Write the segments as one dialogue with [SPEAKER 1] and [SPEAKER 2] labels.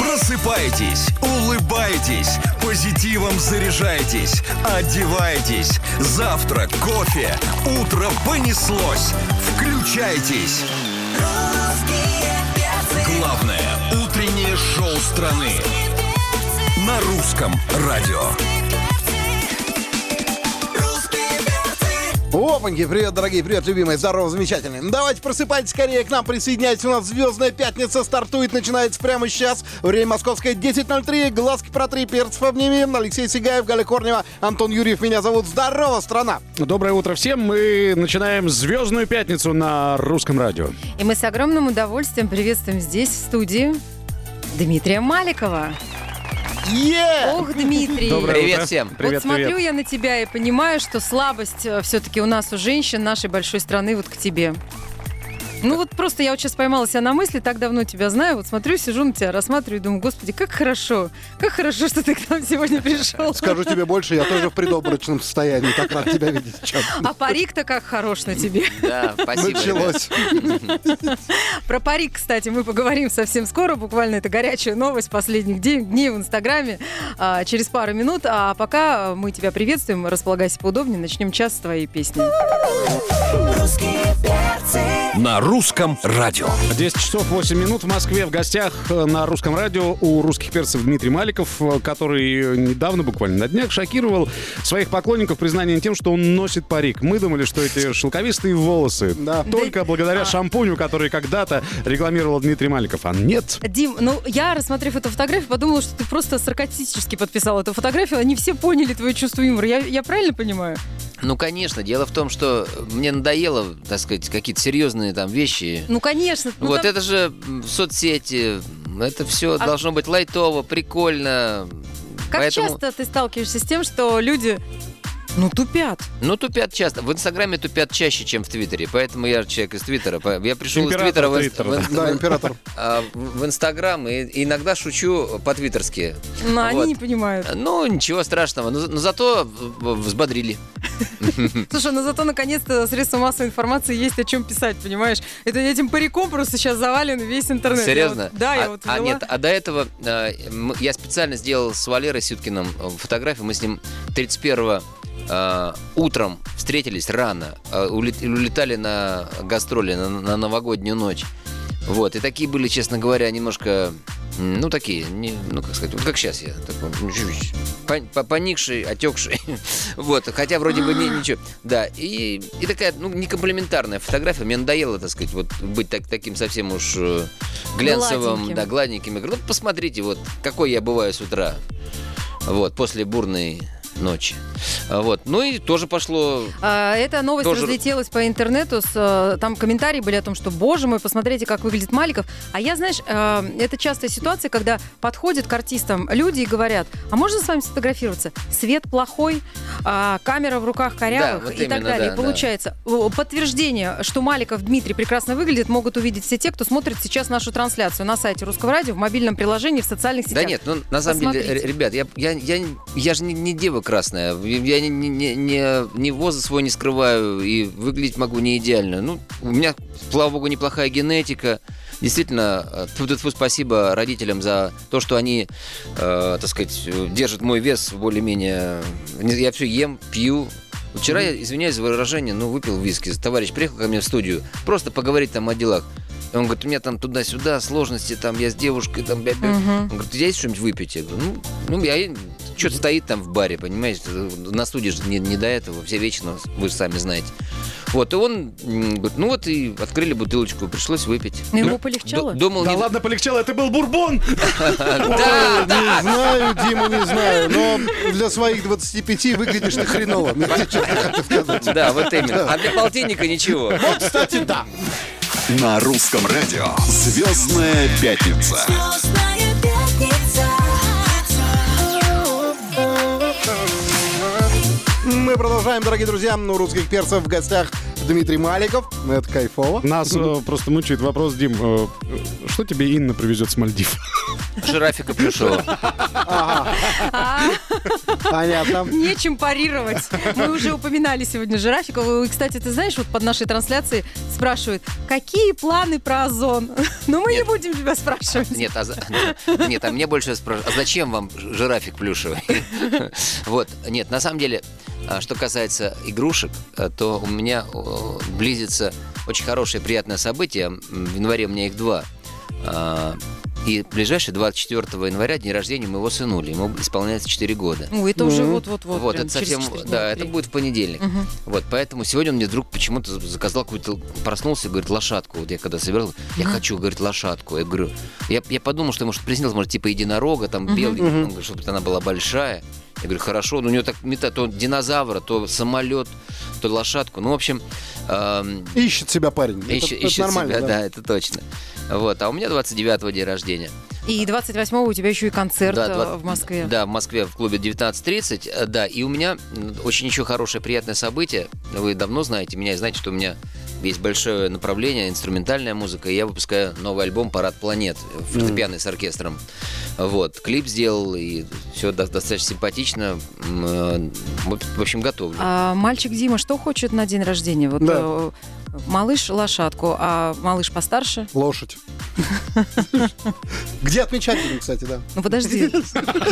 [SPEAKER 1] Просыпайтесь, улыбайтесь, позитивом заряжайтесь, одевайтесь. Завтрак, кофе, утро понеслось. Включайтесь. Главное утреннее шоу страны на русском радио.
[SPEAKER 2] Опаньки, привет, дорогие, привет, любимые, здорово, замечательные. Ну, Давайте просыпайтесь скорее, к нам присоединяйтесь, у нас «Звездная пятница» стартует, начинается прямо сейчас. Время московское 10.03, глазки про три, перцев обнимем, Алексей Сигаев, Галя Корнева, Антон Юрьев, меня зовут. Здорово, страна!
[SPEAKER 3] Доброе утро всем. Мы начинаем «Звездную пятницу» на русском радио.
[SPEAKER 4] И мы с огромным удовольствием приветствуем здесь, в студии, Дмитрия Маликова.
[SPEAKER 2] Е!
[SPEAKER 4] Ох, Дмитрий!
[SPEAKER 3] Доброе
[SPEAKER 5] Привет
[SPEAKER 3] утро.
[SPEAKER 5] всем.
[SPEAKER 3] Привет,
[SPEAKER 4] вот смотрю
[SPEAKER 3] привет.
[SPEAKER 4] я на тебя и понимаю, что слабость все-таки у нас, у женщин нашей большой страны, вот к тебе. Ну вот просто я вот сейчас поймала себя на мысли, так давно тебя знаю, вот смотрю, сижу на тебя, рассматриваю, думаю, господи, как хорошо, как хорошо, что ты к нам сегодня пришел.
[SPEAKER 2] Скажу тебе больше, я тоже в предоборочном состоянии, так рад тебя видеть. Чё?
[SPEAKER 4] А парик-то как хорош на тебе.
[SPEAKER 5] Да, спасибо. ребят.
[SPEAKER 2] Началось.
[SPEAKER 4] Про парик, кстати, мы поговорим совсем скоро. Буквально это горячая новость последних де- дней в Инстаграме. А, через пару минут. А пока мы тебя приветствуем. Располагайся поудобнее. Начнем час с твоей песни.
[SPEAKER 1] На русском радио.
[SPEAKER 3] 10 часов 8 минут в Москве. В гостях э, на русском радио у русских перцев Дмитрий Маликов, э, который недавно, буквально на днях, шокировал своих поклонников признанием тем, что он носит парик. Мы думали, что эти шелковистые волосы
[SPEAKER 2] Да.
[SPEAKER 3] только
[SPEAKER 4] А.
[SPEAKER 3] благодаря шампуню, который когда-то рекламировал Дмитрий Маликов. А нет.
[SPEAKER 4] Дим, ну я, рассмотрев эту фотографию, подумала, что ты просто саркастически подписал эту фотографию. Они все поняли твое чувство юмора. Я, я правильно понимаю?
[SPEAKER 5] Ну, конечно, дело в том, что мне надоело, так сказать, какие-то серьезные там вещи.
[SPEAKER 4] Ну, конечно. ну,
[SPEAKER 5] вот
[SPEAKER 4] там-
[SPEAKER 5] это же м, соцсети, м, это все
[SPEAKER 4] А-
[SPEAKER 5] должно быть лайтово, прикольно.
[SPEAKER 4] Как
[SPEAKER 5] Поэтому,
[SPEAKER 4] часто ты сталкиваешься с тем, что люди, ну, тупят?
[SPEAKER 5] Ну, тупят часто. В Инстаграме тупят чаще, чем в Твиттере. Поэтому я человек из Твиттера. по- Я пришел из
[SPEAKER 3] Император
[SPEAKER 5] Твиттера в, инст-
[SPEAKER 3] Твиттера,
[SPEAKER 5] в инст-
[SPEAKER 2] Да, император.
[SPEAKER 5] а, в- в Инстаграм и и иногда шучу по-твиттерски.
[SPEAKER 4] Ну, они
[SPEAKER 5] Вот.
[SPEAKER 4] не понимают.
[SPEAKER 5] Ну, ничего страшного. Но, за- но зато в- в- взбодрили.
[SPEAKER 4] Слушай, ну зато наконец-то средства массовой информации есть о чем писать, понимаешь? Это этим париком просто сейчас завален весь интернет. Я
[SPEAKER 5] Серьезно?
[SPEAKER 4] вот- да, я
[SPEAKER 5] а,
[SPEAKER 4] вот
[SPEAKER 5] а,
[SPEAKER 4] взяла.
[SPEAKER 5] нет, а до этого э, м- я специально сделал с Валерой Сюткиным э, фотографию. Мы с ним 31 э, утром встретились рано, э, улет- улетали на гастроли на, на новогоднюю ночь. Вот, и такие были, честно говоря, немножко, м, ну, такие, не- ну, как сказать, вот как сейчас я, такой, ну, чуть-чуть пон- по- поникший, отекший, вот, хотя вроде бы не- ничего, да, и, и такая, ну, некомплиментарная фотография, мне надоело, так сказать, вот быть так, таким совсем уж э, глянцевым,
[SPEAKER 4] Гладеньким.
[SPEAKER 5] да, гладненьким. Я говорю, ну, посмотрите, вот, какой я бываю с утра, вот, после бурной ночи, А, вот, ну, и тоже пошло...
[SPEAKER 4] А, Эта новость
[SPEAKER 5] Тоже-
[SPEAKER 4] разлетелась по интернету. с, э, Там комментарии были о том, что, боже мой, посмотрите, как выглядит Маликов. А я, знаешь, э, это частая ситуация, когда подходят к артистам люди и говорят, а можно с вами сфотографироваться? Свет плохой, а, камера в руках корявых
[SPEAKER 5] Да, вот
[SPEAKER 4] и так
[SPEAKER 5] именно,
[SPEAKER 4] далее.
[SPEAKER 5] да,
[SPEAKER 4] и получается, о, подтверждение, что Маликов Дмитрий прекрасно выглядит, могут увидеть все те, кто смотрит сейчас нашу трансляцию на сайте Русского радио, в мобильном приложении, в социальных сетях.
[SPEAKER 5] Да нет, ну на самом деле,
[SPEAKER 4] Посмотрите.
[SPEAKER 5] р- ребят, я, я, я, я же не, не дева красная, я не, не, не, не, не возраст свой не скрываю и выглядеть могу не идеально. Ну, у меня, слава богу, неплохая генетика. Действительно, э, тьфу-тьфу-тьфу, спасибо родителям за то, что они, э, так сказать, э, держат мой вес более-менее. Не- Я все ем, пью. Вчера, я, извиняюсь за выражение, ну, выпил виски. Товарищ приехал ко мне в студию, просто поговорить там о делах. И он говорит, у меня там туда-сюда сложности, там я с девушкой, там бя-бя».
[SPEAKER 4] Мгм.
[SPEAKER 5] Он говорит, здесь что-нибудь выпить? Я говорю, ну, ну я что-то стоит там в баре, понимаете? На студии же не, не до этого, все вечно, вы же сами знаете. Вот, и он м, говорит, ну вот и открыли бутылочку, пришлось выпить.
[SPEAKER 4] Ну, ему
[SPEAKER 5] Д-
[SPEAKER 4] полегчало?
[SPEAKER 5] Думал,
[SPEAKER 3] Да
[SPEAKER 5] не-
[SPEAKER 3] ладно, полегчало, это был бурбон!
[SPEAKER 2] Ой, Не знаю, Дима, не знаю, но для своих 25 выглядишь ты хреново. мне честно хочу сказать.
[SPEAKER 5] Да, вот именно. А для полтинника ничего.
[SPEAKER 2] Кстати, да.
[SPEAKER 6] На русском радио «Звездная пятница».
[SPEAKER 2] Мы продолжаем, дорогие друзья. У русских перцев в гостях Дмитрий Маликов. Ну, Это кайфово.
[SPEAKER 3] Нас э, просто мучает вопрос, Дим, э, что тебе Инна привезет с Мальдив?
[SPEAKER 5] Жирафика пришел.
[SPEAKER 2] Понятно.
[SPEAKER 4] Нечем парировать. Мы уже упоминали сегодня жирафиков. И, кстати, ты знаешь, вот под нашей трансляцией с спрашивают, какие планы про озон? Ну, мы не
[SPEAKER 5] Нет.
[SPEAKER 4] будем тебя спрашивать.
[SPEAKER 5] Нет, а, за- нет, а мне больше спрашивают, а зачем вам ж- жирафик плюшевый? Вот, нет, на самом деле, а, что касается игрушек, а, то у меня о, близится очень хорошее приятное событие. М, В январе у меня их два. А, И ближайший 24 января день рождения моего сынули. Ему исполняется 4 года.
[SPEAKER 4] Ну, это уже вот-вот-вот.
[SPEAKER 5] Вот,
[SPEAKER 4] прям
[SPEAKER 5] это
[SPEAKER 4] через
[SPEAKER 5] совсем,
[SPEAKER 4] четыре дня,
[SPEAKER 5] да, это
[SPEAKER 4] три.
[SPEAKER 5] будет в понедельник.
[SPEAKER 4] Мгм.
[SPEAKER 5] Вот, поэтому сегодня он мне вдруг почему-то заказал какую-то, проснулся и говорит, лошадку. Вот я когда собирал, я хочу, говорит, лошадку. Я говорю, я, я подумал, что, может, приснилось, может, типа единорога, там, белый, он говорит, чтобы она была большая. Я говорю, хорошо, но у него так мета, то динозавра, то самолет, то лошадку. Ну, в общем, эм,
[SPEAKER 2] Ищет себя парень. Это-
[SPEAKER 5] ищет,
[SPEAKER 2] это
[SPEAKER 5] ищет
[SPEAKER 2] нормально,
[SPEAKER 5] себя,
[SPEAKER 2] да.
[SPEAKER 5] да. это точно. Вот, а у меня 29 день рождения.
[SPEAKER 4] И 28-го у тебя еще и концерт
[SPEAKER 5] Да,
[SPEAKER 4] э,
[SPEAKER 5] 20
[SPEAKER 4] в Москве.
[SPEAKER 5] Да, в Москве в клубе 19.30. э, Да, и у меня м, очень еще хорошее, приятное событие. Вы давно знаете меня, и знаете, что у меня есть большое направление, инструментальная музыка. И я выпускаю новый альбом «Парад планет», э, фортепианный с оркестром. Вот, клип сделал, и все достаточно симпатично. М, э, В в общем, готовлю.
[SPEAKER 4] А мальчик Дима что хочет на день рождения? Вот
[SPEAKER 2] Да.
[SPEAKER 4] э, малыш лошадку, а малыш постарше?
[SPEAKER 2] Лошадь. Где отмечательный, кстати, да.
[SPEAKER 4] Ну подожди,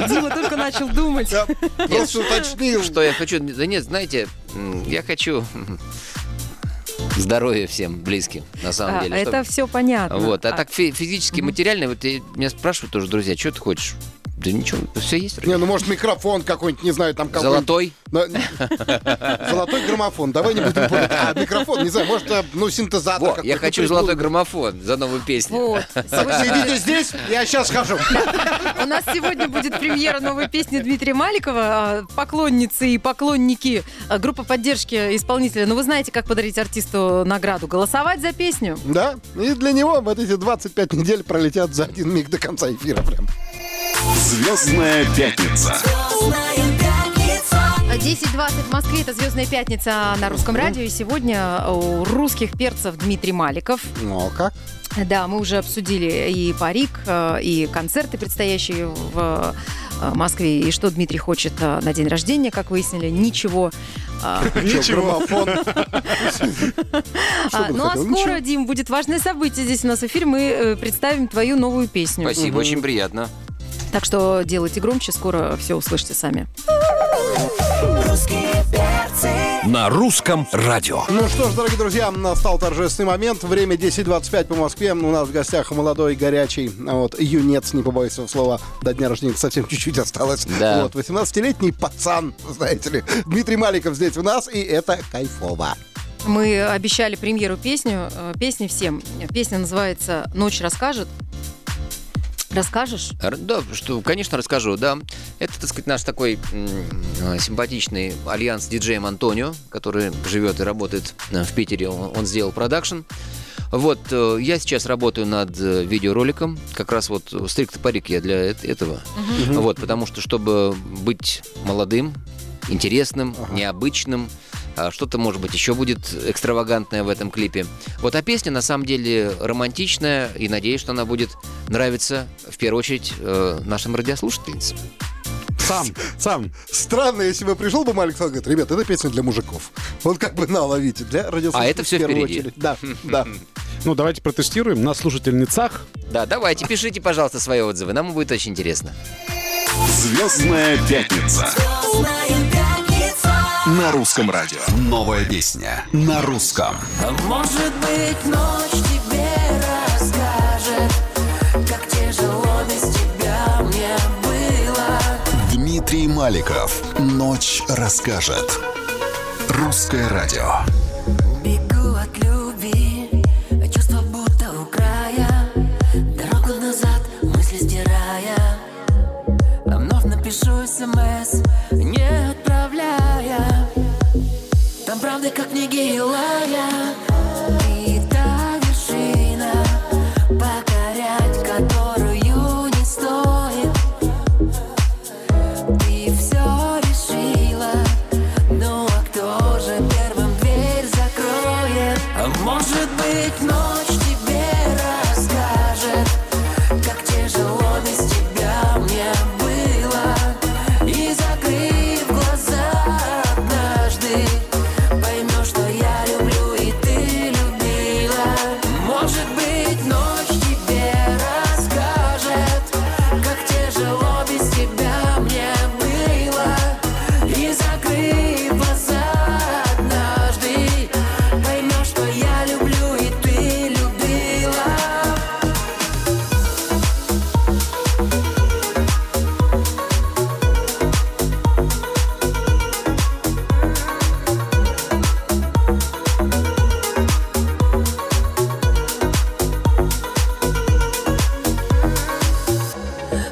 [SPEAKER 4] Дима только начал думать.
[SPEAKER 2] Я просто уточнил.
[SPEAKER 5] Что я хочу? Да нет, знаете, м, я хочу здоровья всем близким, на самом
[SPEAKER 4] А,
[SPEAKER 5] деле. чтоб-
[SPEAKER 4] это все понятно.
[SPEAKER 5] Вот, а, так фи- физически, материально, вот и меня спрашивают тоже друзья, что ты хочешь? Да ничего, все есть.
[SPEAKER 2] Не, ну может микрофон какой-нибудь, не знаю, там какой
[SPEAKER 5] Золотой.
[SPEAKER 2] Золотой граммофон. Давай не будем путать. А, микрофон, не знаю, может, э, ну, синтезатор
[SPEAKER 5] Во,
[SPEAKER 2] какой-то
[SPEAKER 5] я хочу
[SPEAKER 2] придумал.
[SPEAKER 5] золотой граммофон за новую песню.
[SPEAKER 4] Вот.
[SPEAKER 2] Так,
[SPEAKER 4] Сегодня-
[SPEAKER 2] сидите здесь, я сейчас хожу.
[SPEAKER 4] У нас сегодня будет премьера новой песни Дмитрия Маликова. А, Поклонницы и поклонники, а, группа поддержки исполнителя. Ну, вы знаете, как подарить артисту награду. Голосовать за песню.
[SPEAKER 2] Да, и для него вот эти 25 недель пролетят за один миг до конца эфира прям.
[SPEAKER 6] Звездная пятница.
[SPEAKER 4] 10.20 в Москве. Это «Звездная пятница» на Русском радио. И сегодня а, у русских перцев Дмитрий Маликов.
[SPEAKER 2] Ну, а как?
[SPEAKER 4] Да, мы уже обсудили и парик, э, и концерты предстоящие в э, Москве, и что Дмитрий хочет э, на день рождения, как выяснили, ничего. А,
[SPEAKER 2] Ничего. Что
[SPEAKER 4] а,
[SPEAKER 2] бы
[SPEAKER 4] Ну
[SPEAKER 2] хотел?
[SPEAKER 4] а скоро,
[SPEAKER 2] Ничего.
[SPEAKER 4] Дим, будет важное событие здесь у нас в эфире. Мы э, представим твою новую песню.
[SPEAKER 5] Спасибо, очень приятно.
[SPEAKER 4] Так что делайте громче, скоро все услышите сами.
[SPEAKER 1] На русском радио.
[SPEAKER 2] Ну что ж, дорогие друзья, настал торжественный момент. Время 10.25 по Москве. У нас в гостях молодой, горячий, вот, юнец, не побоюсь этого слова, до дня рождения совсем чуть-чуть осталось.
[SPEAKER 5] Да.
[SPEAKER 2] Вот, 18-летний пацан, знаете ли. Дмитрий Маликов здесь у нас, и это кайфово.
[SPEAKER 4] Мы обещали премьеру песню, э, песни всем. Песня называется «Ночь расскажет». Расскажешь?
[SPEAKER 5] Р- Да, что, конечно, расскажу, да. Это, так сказать, наш такой м, э, симпатичный альянс с диджеем Антонио, который живет и работает э, в Питере. Он, он сделал продакшн. Вот, э, я сейчас работаю над э, видеороликом, как раз вот э, стрикт парик я для эт- этого. Вот, потому что, чтобы быть молодым, интересным, необычным, а, что-то, может быть, еще будет экстравагантное в этом клипе. Вот, а песня, на самом деле, романтичная, и надеюсь, что она будет нравиться, в первую очередь, э, нашим радиослушательницам.
[SPEAKER 3] Сам, сам.
[SPEAKER 2] Странно, если бы пришел бы Малик Салгат, ребят, это песня для мужиков. Он как бы на, ловите, для радиослушателей.
[SPEAKER 5] А это всё
[SPEAKER 2] в первую
[SPEAKER 5] впереди.
[SPEAKER 2] очередь. Да, да.
[SPEAKER 3] Ну, давайте протестируем на слушательницах.
[SPEAKER 5] Да, давайте, пишите, пожалуйста, свои отзывы, нам будет очень интересно.
[SPEAKER 6] Звездная пятница. На русском радио. Новая песня. На русском.
[SPEAKER 7] Может быть, ночь тебе расскажет, как тяжело без тебя мне было.
[SPEAKER 6] Дмитрий Маликов. Ночь расскажет. Русское радио.
[SPEAKER 7] Бегу от любви, чувство будто у края, дорогу назад мысли стирая. Вновь напишу смс, не отправляя. Там правда как книги Илая И та вершина Покорять которую не стоит Ты все решила Ну а кто же первым дверь Ведь ночь тебе расскажет, как тяжело без тебя мне было. И закрыв глаза однажды, поймешь, что я люблю и ты любила.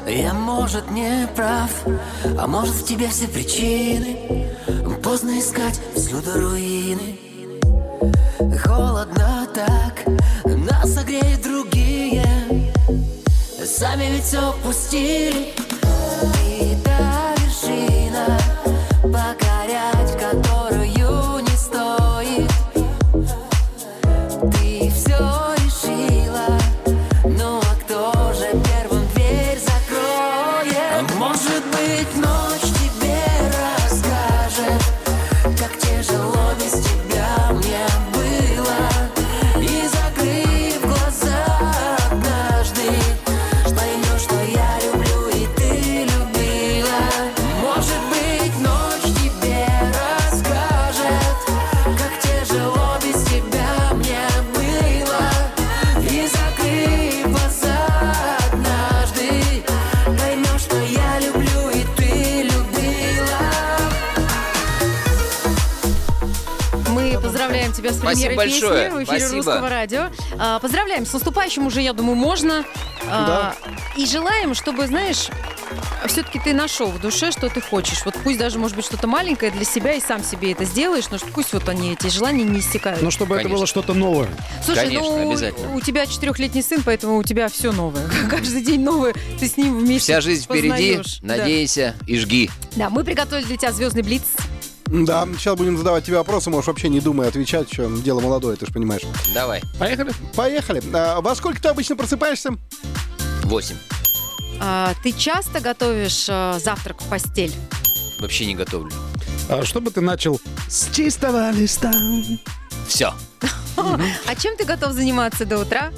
[SPEAKER 7] Я, может, не прав, а может, в тебе все причины Поздно искать всюду руины Холодно так, нас согреют другие Сами ведь все упустили И та вершина, покорять которую не стоит ты все решила, ну а кто же первым дверь закроет? А Может быть, ночь тебе расскажет, как тяжело без тебя мне было. И закрыв глаза однажды, поймешь, что я люблю и ты любила. Может быть, ночь тебе расскажет, как тяжело без тебя мне было. И закрыв глаза однажды, поймешь, что я люблю и ты любила.
[SPEAKER 4] Мы поздравляем тебя с
[SPEAKER 5] Спасибо
[SPEAKER 4] премьерой
[SPEAKER 5] большое.
[SPEAKER 4] песни в эфире
[SPEAKER 5] Спасибо.
[SPEAKER 4] Русского радио. А, поздравляем с наступающим уже, я думаю, можно. А, И желаем, чтобы, знаешь, все-таки ты нашел в душе, что ты хочешь. Вот пусть даже, может быть, что-то маленькое для себя и сам себе это сделаешь, но что- пусть вот они, эти желания не иссякают.
[SPEAKER 3] Ну, чтобы это
[SPEAKER 5] Конечно.
[SPEAKER 3] было что-то новое.
[SPEAKER 4] Слушай,
[SPEAKER 5] конечно,
[SPEAKER 4] ну,
[SPEAKER 5] обязательно.
[SPEAKER 4] у тебя четырехлетний сын, поэтому у тебя все новое. Каждый день новое. Ты с ним вместе
[SPEAKER 5] Вся жизнь впереди,
[SPEAKER 4] познаешь. Да.
[SPEAKER 5] надейся и жги.
[SPEAKER 4] Да, мы приготовили для тебя звездный блиц.
[SPEAKER 2] Да, сейчас будем задавать тебе вопросы, можешь вообще не думая отвечать, что дело молодое, ты же понимаешь.
[SPEAKER 5] Давай.
[SPEAKER 3] Поехали?
[SPEAKER 2] Поехали. А, во сколько ты обычно просыпаешься?
[SPEAKER 5] Восемь.
[SPEAKER 4] А, ты часто готовишь а, завтрак в постель?
[SPEAKER 5] Вообще не готовлю.
[SPEAKER 3] А, чтобы ты начал с чистого листа.
[SPEAKER 5] Все.
[SPEAKER 4] А чем ты готов заниматься до утра?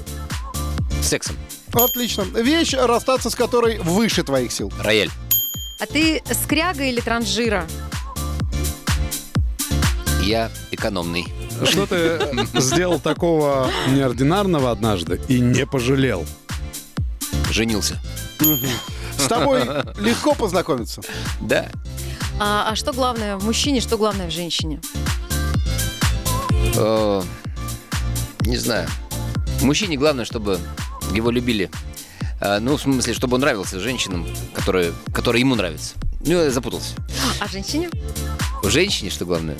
[SPEAKER 5] Сексом.
[SPEAKER 2] Отлично. Вещь, расстаться с которой выше твоих сил.
[SPEAKER 5] Рояль.
[SPEAKER 4] А ты скряга или транжира?
[SPEAKER 5] Я экономный.
[SPEAKER 3] Что ты э, сделал такого неординарного однажды и не пожалел?
[SPEAKER 5] Женился.
[SPEAKER 2] С тобой легко познакомиться.
[SPEAKER 5] Да.
[SPEAKER 4] А, а что главное в мужчине, что главное в женщине?
[SPEAKER 5] Э, Не знаю. Мужчине главное, чтобы его любили. Э, Ну, в смысле, чтобы он нравился женщинам, которые, которые ему нравятся. Ну, я запутался.
[SPEAKER 4] А женщине?
[SPEAKER 5] Женщине, что главное?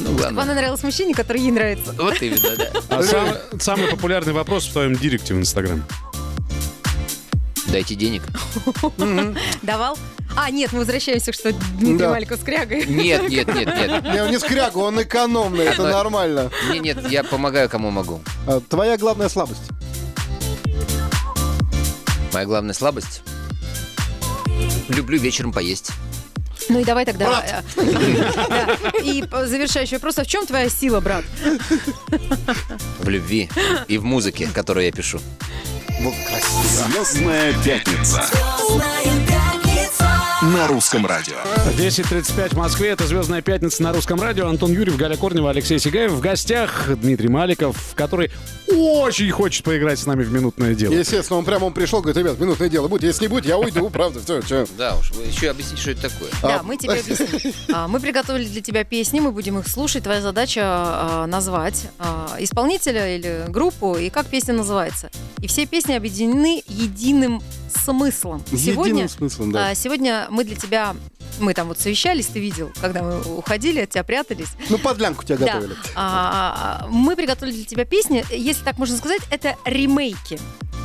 [SPEAKER 5] Ну,
[SPEAKER 4] Чтобы она
[SPEAKER 5] главное.
[SPEAKER 4] нравилась мужчине, который ей нравится.
[SPEAKER 5] Вот именно, да.
[SPEAKER 3] А сам- самый популярный вопрос в твоем директе в Инстаграм.
[SPEAKER 5] Дайте денег.
[SPEAKER 4] Давал? А, нет, мы возвращаемся, что Дмитрий
[SPEAKER 2] Да.
[SPEAKER 4] Маликов скрягой.
[SPEAKER 5] Нет, нет, нет, нет.
[SPEAKER 2] Не, он не скрягу, он экономный, это
[SPEAKER 5] Да.
[SPEAKER 2] нормально.
[SPEAKER 5] Нет, нет, я помогаю, кому могу.
[SPEAKER 2] А, Твоя главная слабость.
[SPEAKER 5] Моя главная слабость. Люблю вечером поесть.
[SPEAKER 4] Ну и давай тогда. э, да. И э, завершающий вопрос. А в чем твоя сила, брат?
[SPEAKER 5] В любви и в музыке, которую я пишу.
[SPEAKER 6] Звездная пятница. На русском радио.
[SPEAKER 3] 10.35 в Москве. Это «Звездная пятница» на Русском радио. Антон Юрьев, Галя Корнева, Алексей Сигаев. В гостях Дмитрий Маликов, который очень хочет поиграть с нами в «Минутное дело».
[SPEAKER 2] Естественно, он прямо он пришел, говорит, ребят, минутное дело, будь, если не будь, я уйду, правда, все, все.
[SPEAKER 5] Да уж, вы еще объясните, что это такое.
[SPEAKER 4] Да, мы тебе объясним. А, Мы приготовили для тебя песни, мы будем их слушать. Твоя задача а, назвать а, исполнителя или группу и как песня называется. И все песни объединены единым смыслом. Сегодня
[SPEAKER 2] Единым смыслом, да.
[SPEAKER 4] А, Сегодня мы для тебя, мы там вот совещались, ты видел, когда мы уходили, от тебя прятались.
[SPEAKER 2] Ну, подлянку тебя
[SPEAKER 4] Да.
[SPEAKER 2] готовили.
[SPEAKER 4] А, а, мы приготовили для тебя песни, если так можно сказать, это ремейки.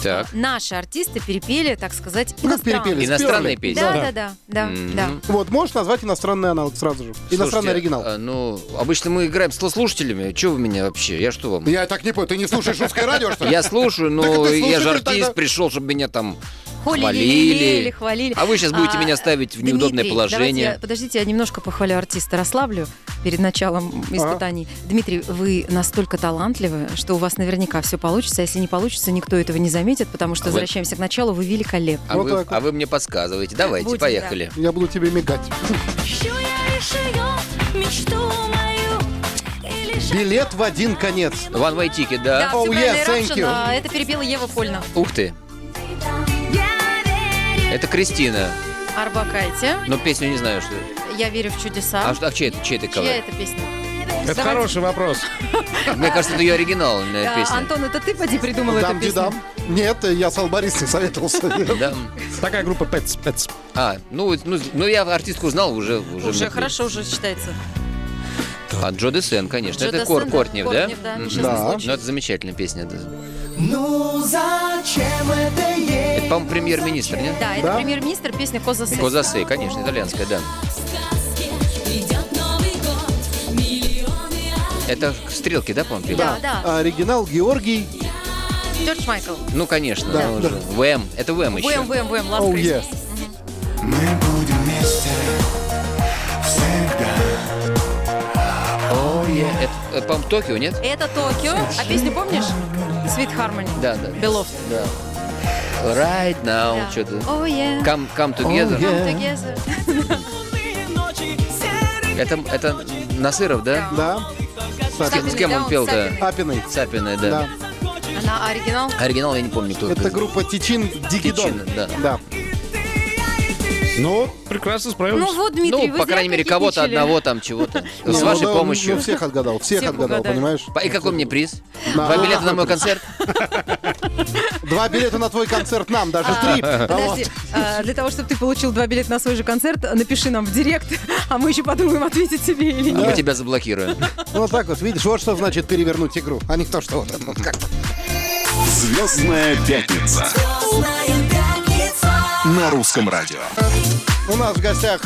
[SPEAKER 5] Так.
[SPEAKER 4] Наши артисты перепели, так сказать,
[SPEAKER 2] Ну, как перепели? М-м.
[SPEAKER 4] иностранные.
[SPEAKER 5] Иностранные
[SPEAKER 2] Спёрли.
[SPEAKER 5] песни.
[SPEAKER 4] Да, да, да, да,
[SPEAKER 5] Мгм.
[SPEAKER 4] да.
[SPEAKER 2] Вот, можешь назвать иностранный аналог сразу же. Иностранный
[SPEAKER 5] Слушайте,
[SPEAKER 2] оригинал.
[SPEAKER 5] а, Ну, обычно мы играем с слушателями. Че вы меня вообще? Я что вам?
[SPEAKER 2] Я так не понял, ты не слушаешь русское радио, что ли?
[SPEAKER 5] Я слушаю,
[SPEAKER 2] Так
[SPEAKER 5] но
[SPEAKER 2] ты слушатель
[SPEAKER 5] я же
[SPEAKER 2] тогда.
[SPEAKER 5] артист, пришел, чтобы меня там
[SPEAKER 4] холили,
[SPEAKER 5] Хвалили.
[SPEAKER 4] лелеяли, хвалили.
[SPEAKER 5] А вы сейчас будете меня ставить в неудобное
[SPEAKER 4] Дмитрий,
[SPEAKER 5] положение.
[SPEAKER 4] давайте я- подождите, я немножко похвалю артиста, расслаблю перед началом
[SPEAKER 2] А.
[SPEAKER 4] испытаний. Дмитрий, вы настолько талантливы, что у вас наверняка все получится. А Если не получится, никто этого не заметит, потому что,
[SPEAKER 5] Вы-
[SPEAKER 4] возвращаемся к началу, вы великолепны.
[SPEAKER 5] А,
[SPEAKER 2] Вот
[SPEAKER 5] вы,
[SPEAKER 2] так вот.
[SPEAKER 5] а вы мне подсказываете. Давайте,
[SPEAKER 4] Будем,
[SPEAKER 5] поехали.
[SPEAKER 2] Я буду тебе мигать.
[SPEAKER 8] Ищу я лишь ее, мечту мою. И лишь
[SPEAKER 2] Билет в один конец.
[SPEAKER 5] One way ticket, да?
[SPEAKER 2] Oh,
[SPEAKER 4] «Всемирный
[SPEAKER 2] yes, thank
[SPEAKER 4] Eruption»,
[SPEAKER 2] you.
[SPEAKER 4] а, Это перепела Ева Польна.
[SPEAKER 5] Ух ты. Это Кристина,
[SPEAKER 4] Арбакайте.
[SPEAKER 5] но песню не знаю, что.
[SPEAKER 4] Я верю в чудеса.
[SPEAKER 5] А, что- а чей, это- чей это кавер?
[SPEAKER 4] Чья это песня?
[SPEAKER 3] Это
[SPEAKER 4] Давайте.
[SPEAKER 3] хороший вопрос.
[SPEAKER 5] Мне кажется, это ее оригинальная
[SPEAKER 4] А,
[SPEAKER 5] Э, песня.
[SPEAKER 4] Антон, это ты поди придумал эту
[SPEAKER 2] Дам
[SPEAKER 4] песню?
[SPEAKER 2] дам. Нет, я с албаристом советовался.
[SPEAKER 5] Да.
[SPEAKER 3] Такая группа Pets. Pets.
[SPEAKER 5] А, ну, ну, ну, я артистку узнал уже. Уже,
[SPEAKER 4] Уже
[SPEAKER 5] мне-
[SPEAKER 4] хорошо, уже считается.
[SPEAKER 5] А, Джо Десен, конечно.
[SPEAKER 4] Джо
[SPEAKER 5] это
[SPEAKER 4] Дассен,
[SPEAKER 5] Кор,
[SPEAKER 4] да,
[SPEAKER 5] Кортнев, да?
[SPEAKER 4] Кортнев, да,
[SPEAKER 5] Мгм.
[SPEAKER 4] несчастный
[SPEAKER 2] Да.
[SPEAKER 4] случай.
[SPEAKER 5] Ну, это замечательная песня. Это,
[SPEAKER 7] Ну зачем это ей?
[SPEAKER 5] это, по-моему, премьер-министр, нет?
[SPEAKER 4] Да, это
[SPEAKER 2] Да?
[SPEAKER 4] премьер-министр, песня «Коза Сэй».
[SPEAKER 5] Козасы, конечно, итальянская, да. Это стрелки, да, по-моему, пели?
[SPEAKER 4] Да, да,
[SPEAKER 2] А Оригинал Георгий.
[SPEAKER 4] Джордж Майкл.
[SPEAKER 5] Ну, конечно.
[SPEAKER 2] Да,
[SPEAKER 5] ну,
[SPEAKER 2] да.
[SPEAKER 5] уже. Вэм. Это Вэм еще.
[SPEAKER 4] Вэм, вэм, вэм, Last
[SPEAKER 2] Оу,
[SPEAKER 4] Christmas.
[SPEAKER 2] е.
[SPEAKER 9] Мы будем вместе всегда.
[SPEAKER 5] Это, э, по-моему, Токио, нет?
[SPEAKER 4] Это Токио. А песню помнишь? Sweet Harmony.
[SPEAKER 5] Да, да.
[SPEAKER 4] Белов.
[SPEAKER 5] Да. Right now, что-то.
[SPEAKER 4] О, yeah.
[SPEAKER 5] Come, come
[SPEAKER 2] Oh,
[SPEAKER 5] together.
[SPEAKER 4] Come together.
[SPEAKER 5] Это, это Насыров, да?
[SPEAKER 2] Да.
[SPEAKER 5] кем- с кем он
[SPEAKER 4] Down,
[SPEAKER 5] пел-то?
[SPEAKER 4] Saturday.
[SPEAKER 2] Апиной.
[SPEAKER 5] Цапиной, да.
[SPEAKER 2] Да.
[SPEAKER 4] Она оригинал.
[SPEAKER 5] Оригинал я не помню, кто
[SPEAKER 2] Это
[SPEAKER 5] пел.
[SPEAKER 2] группа Тичин Дигидон.
[SPEAKER 5] Тичин, да.
[SPEAKER 2] Да.
[SPEAKER 3] Ну, прекрасно справились.
[SPEAKER 4] Ну вот, Дмитрий,
[SPEAKER 5] ну,
[SPEAKER 4] вы
[SPEAKER 5] по
[SPEAKER 4] зря
[SPEAKER 5] крайней мере, кого-то
[SPEAKER 4] кокетничали.
[SPEAKER 5] одного там чего-то.
[SPEAKER 2] Ну,
[SPEAKER 5] С вашей
[SPEAKER 2] да, он-
[SPEAKER 5] помощью.
[SPEAKER 2] Ну, всех отгадал, всех,
[SPEAKER 4] Всех
[SPEAKER 2] отгадал,
[SPEAKER 4] угадали.
[SPEAKER 2] понимаешь?
[SPEAKER 5] А И какой мне приз?
[SPEAKER 2] На-
[SPEAKER 5] Два билета
[SPEAKER 2] ну,
[SPEAKER 5] на мой концерт?
[SPEAKER 2] Два билета на твой концерт нам, даже три.
[SPEAKER 4] Подожди,
[SPEAKER 2] Вот.
[SPEAKER 4] а, для того, чтобы ты получил два билета на свой же концерт, напиши нам в директ, а мы еще подумаем, ответить тебе или
[SPEAKER 5] А
[SPEAKER 4] нет.
[SPEAKER 5] мы тебя заблокируем.
[SPEAKER 2] Вот так вот, видишь, вот что значит перевернуть игру, а не то, что вот это. вот как-то.
[SPEAKER 6] Звездная пятница на русском радио.
[SPEAKER 2] У нас в гостях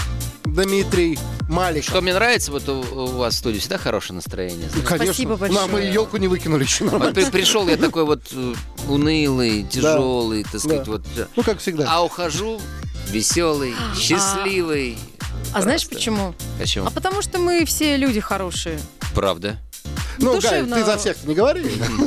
[SPEAKER 2] Дмитрий Малик.
[SPEAKER 5] Что мне нравится, вот у, у вас в студии всегда хорошее настроение. знаете.
[SPEAKER 2] Конечно.
[SPEAKER 4] Спасибо
[SPEAKER 2] Нам и
[SPEAKER 4] большое.
[SPEAKER 2] елку не выкинули еще
[SPEAKER 5] Вот
[SPEAKER 2] нормально.
[SPEAKER 5] при- пришел я такой вот э, унылый, тяжелый, так сказать,
[SPEAKER 2] Да.
[SPEAKER 5] вот. э,
[SPEAKER 2] Ну, как всегда.
[SPEAKER 5] А ухожу веселый, счастливый.
[SPEAKER 4] А знаешь
[SPEAKER 5] Просто.
[SPEAKER 4] почему?
[SPEAKER 5] Почему?
[SPEAKER 4] А потому что мы все люди хорошие.
[SPEAKER 5] Правда.
[SPEAKER 2] Ну, Гай,
[SPEAKER 4] душевно.
[SPEAKER 2] ты за всех не говори.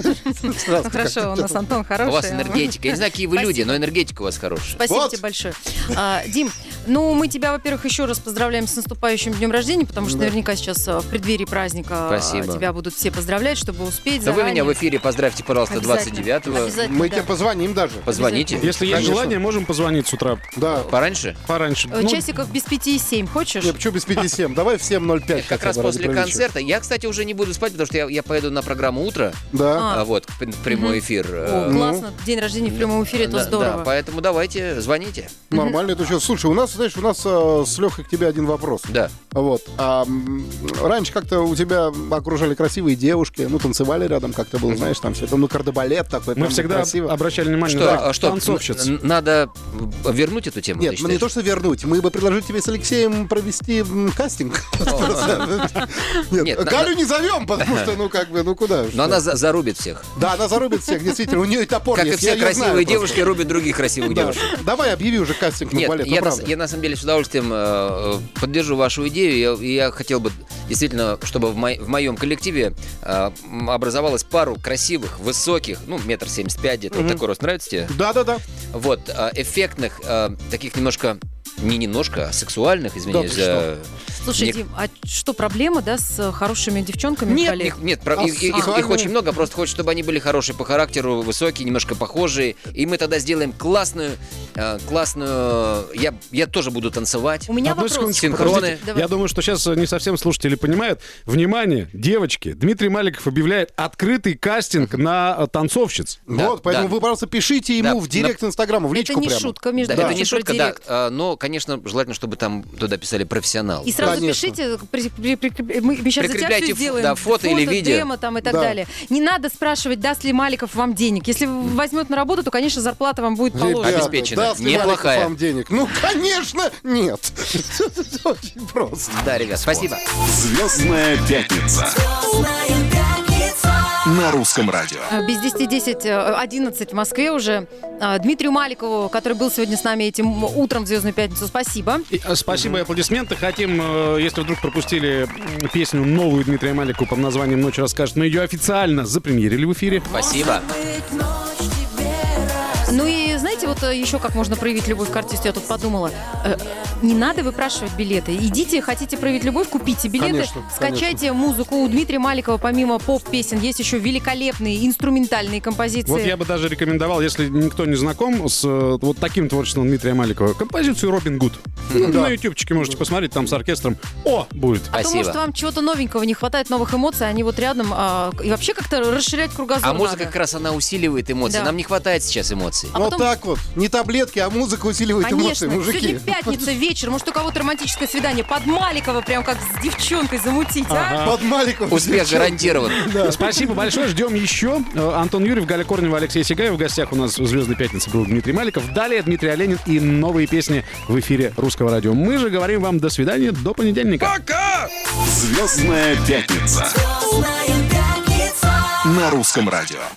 [SPEAKER 2] Сразу
[SPEAKER 4] Ну
[SPEAKER 2] как-то.
[SPEAKER 4] хорошо, у нас Антон
[SPEAKER 5] У
[SPEAKER 4] хороший.
[SPEAKER 5] вас
[SPEAKER 4] а мы-
[SPEAKER 5] энергетика. Я не знаю, какие вы люди, но энергетика у вас хорошая.
[SPEAKER 4] Спасибо
[SPEAKER 2] Вот.
[SPEAKER 4] тебе большое. А, Дим, ну мы тебя, во-первых, еще раз поздравляем с наступающим днем рождения, потому что наверняка сейчас а, в преддверии праздника а,
[SPEAKER 5] Спасибо.
[SPEAKER 4] тебя будут все поздравлять, чтобы успеть
[SPEAKER 5] Да вы
[SPEAKER 4] заранее.
[SPEAKER 5] меня в эфире поздравьте, пожалуйста,
[SPEAKER 4] Обязательно.
[SPEAKER 5] 29-го.
[SPEAKER 4] Обязательно,
[SPEAKER 2] Мы
[SPEAKER 4] да.
[SPEAKER 2] тебе позвоним даже.
[SPEAKER 5] Позвоните.
[SPEAKER 3] Если есть
[SPEAKER 2] Конечно.
[SPEAKER 3] желание, можем позвонить с утра
[SPEAKER 2] Да.
[SPEAKER 5] Пораньше?
[SPEAKER 3] пораньше.
[SPEAKER 4] Э,
[SPEAKER 3] Ну,
[SPEAKER 4] Часиков без пяти и семь, хочешь?
[SPEAKER 2] Я почему без 57? Давай в 7.05.
[SPEAKER 5] Как
[SPEAKER 2] хотя
[SPEAKER 5] раз
[SPEAKER 2] бы, ради
[SPEAKER 5] после
[SPEAKER 2] приличия.
[SPEAKER 5] концерта. Я, кстати, уже не буду спать, потому что я, я поеду на программу «Утро»,
[SPEAKER 2] Да.
[SPEAKER 4] А.
[SPEAKER 5] а, вот, п- в прямой эфир.
[SPEAKER 4] О,
[SPEAKER 5] э,
[SPEAKER 4] классно, день рождения в прямом эфире, это
[SPEAKER 5] да, Да,
[SPEAKER 4] здорово.
[SPEAKER 5] поэтому давайте, звоните.
[SPEAKER 2] Нормально это сейчас. Слушай, у нас, знаешь, у нас э, с Лехой к тебе один вопрос.
[SPEAKER 5] Да.
[SPEAKER 2] Вот. А, м, раньше как-то у тебя окружали красивые девушки, ну, танцевали рядом как-то был, знаешь, там все. Ну, кардебалет такой.
[SPEAKER 3] Мы
[SPEAKER 2] прям
[SPEAKER 3] всегда
[SPEAKER 2] красиво.
[SPEAKER 3] обращали внимание
[SPEAKER 5] Что,
[SPEAKER 3] на
[SPEAKER 5] а что,
[SPEAKER 3] танцовщиц.
[SPEAKER 5] н- н- надо вернуть эту тему?
[SPEAKER 2] Нет,
[SPEAKER 5] ты
[SPEAKER 2] ну не
[SPEAKER 5] считаешь?
[SPEAKER 2] то, что вернуть. Мы бы предложили тебе с Алексеем провести м, кастинг. Нет,
[SPEAKER 5] Нет, на-
[SPEAKER 2] Галю не зовем, потому что, ну, как бы, ну, куда?
[SPEAKER 5] Но она за- зарубит всех.
[SPEAKER 2] Да, она зарубит всех, действительно. У нее и топор
[SPEAKER 5] Как и
[SPEAKER 2] есть, я
[SPEAKER 5] все
[SPEAKER 2] её знаю
[SPEAKER 5] красивые
[SPEAKER 2] просто.
[SPEAKER 5] девушки рубят других красивых
[SPEAKER 2] Да.
[SPEAKER 5] девушек.
[SPEAKER 2] Давай объяви уже кастинг на
[SPEAKER 5] Нет,
[SPEAKER 2] балет, ну,
[SPEAKER 5] я, на,
[SPEAKER 2] правда.
[SPEAKER 5] я на самом деле с удовольствием э, э, поддержу вашу идею. Я- и я, хотел бы действительно, чтобы в, мой- в моем коллективе э, м, образовалась пару красивых, высоких, ну, метр семьдесят пять где-то, вот такой рост. Нравится тебе?
[SPEAKER 2] Да-да-да.
[SPEAKER 5] Вот, э, эффектных, э, таких немножко, не немножко, а сексуальных, извиняюсь.
[SPEAKER 2] ты что?
[SPEAKER 5] э,
[SPEAKER 4] Слушай,
[SPEAKER 5] Мне-
[SPEAKER 4] Дим, а что проблема, да, с э, хорошими девчонками в
[SPEAKER 5] Нет,
[SPEAKER 4] балете?
[SPEAKER 5] их, нет, про-
[SPEAKER 2] А
[SPEAKER 5] их, их- их
[SPEAKER 2] сексуальные?
[SPEAKER 5] очень много, просто хочется, чтобы они были хорошие по характеру, высокие, немножко похожие, и мы тогда сделаем классную, э, классную. Я, я тоже буду танцевать.
[SPEAKER 4] У меня
[SPEAKER 3] Одну
[SPEAKER 4] вопрос.
[SPEAKER 3] секундочку,
[SPEAKER 5] Синхроны.
[SPEAKER 4] Подождите, давай.
[SPEAKER 3] Я думаю, что сейчас не совсем слушатели понимают. Внимание, девочки, Дмитрий Маликов объявляет открытый кастинг на э, танцовщиц.
[SPEAKER 2] Вот, поэтому
[SPEAKER 5] да.
[SPEAKER 2] вы просто пишите ему
[SPEAKER 5] Да,
[SPEAKER 2] в директ Инстаграма, в личку
[SPEAKER 4] Это не
[SPEAKER 2] прямо.
[SPEAKER 4] шутка, между
[SPEAKER 5] Да,
[SPEAKER 4] прочим,
[SPEAKER 5] Это не
[SPEAKER 4] про
[SPEAKER 5] шутка, да.
[SPEAKER 4] директ.
[SPEAKER 5] а, Но, конечно, желательно, чтобы там туда писали профессионал.
[SPEAKER 4] И сразу
[SPEAKER 2] Конечно.
[SPEAKER 4] пишите, при- при- при- мы сейчас за тебя
[SPEAKER 5] Прикрепляйте
[SPEAKER 4] все
[SPEAKER 5] ф-
[SPEAKER 4] сделаем.
[SPEAKER 5] да, фото или видео.
[SPEAKER 4] демо там и так
[SPEAKER 2] Да.
[SPEAKER 4] далее. Не надо спрашивать, даст ли Маликов вам денег. Если возьмет на работу, то, конечно, зарплата вам будет положена.
[SPEAKER 2] Ребята,
[SPEAKER 5] Обеспечено.
[SPEAKER 2] даст ли Маликов
[SPEAKER 5] Неплохая.
[SPEAKER 2] вам денег? Ну, конечно, нет. Это Очень просто.
[SPEAKER 5] Да, ребят, спасибо.
[SPEAKER 6] Звездная пятница. на русском радио.
[SPEAKER 4] Э, Без 10-10, э, 11 в Москве уже. Э, Дмитрию Маликову, который был сегодня с нами этим утром в «Звездную пятницу», спасибо.
[SPEAKER 3] И, э, Спасибо и аплодисменты. Хотим, э, если вдруг пропустили м, песню новую Дмитрия Маликова под названием «Ночь расскажет», мы ее официально запремьерили в эфире.
[SPEAKER 5] Спасибо.
[SPEAKER 4] Ну и знаете, вот э, еще как можно проявить любовь к артисту, я тут подумала. э, Не надо выпрашивать билеты. Идите, хотите проявить любовь, купите билеты,
[SPEAKER 2] Конечно,
[SPEAKER 4] скачайте музыку. У Дмитрия Маликова помимо поп-песен есть еще великолепные инструментальные композиции.
[SPEAKER 3] Вот я бы даже рекомендовал, если никто не знаком с э, вот таким творчеством Дмитрия Маликова, композицию «Робин Гуд». Ну, На ютубчике можете посмотреть, там с оркестром «О» будет.
[SPEAKER 4] А то, может,
[SPEAKER 5] Спасибо.
[SPEAKER 4] вам чего-то новенького не хватает, новых эмоций, они вот рядом. а, и вообще как-то расширять кругозор
[SPEAKER 5] А музыка
[SPEAKER 4] надо.
[SPEAKER 5] как раз она усиливает эмоции.
[SPEAKER 4] Да.
[SPEAKER 5] Нам не хватает сейчас эмоций.
[SPEAKER 4] А
[SPEAKER 2] вот
[SPEAKER 4] потом-
[SPEAKER 2] так вот. Не таблетки, а музыка усиливает эмоции,
[SPEAKER 4] Конечно,
[SPEAKER 2] мужики.
[SPEAKER 4] сегодня пятница, вечер, может, у кого-то романтическое свидание под Маликова, прям как с девчонкой замутить, а?
[SPEAKER 2] Под Маликов.
[SPEAKER 5] Успех гарантирован.
[SPEAKER 3] Спасибо большое, ждем еще. Э, Антон Юрьев, Галя Корнева, Алексей Сигаев. В гостях у нас в «Звездной пятнице» был Дмитрий Маликов. Далее Дмитрий Оленин и новые песни в эфире Русского радио. Мы же говорим вам до свидания, до понедельника.
[SPEAKER 6] Звездная пятница
[SPEAKER 8] Звездная пятница.
[SPEAKER 6] на русском радио.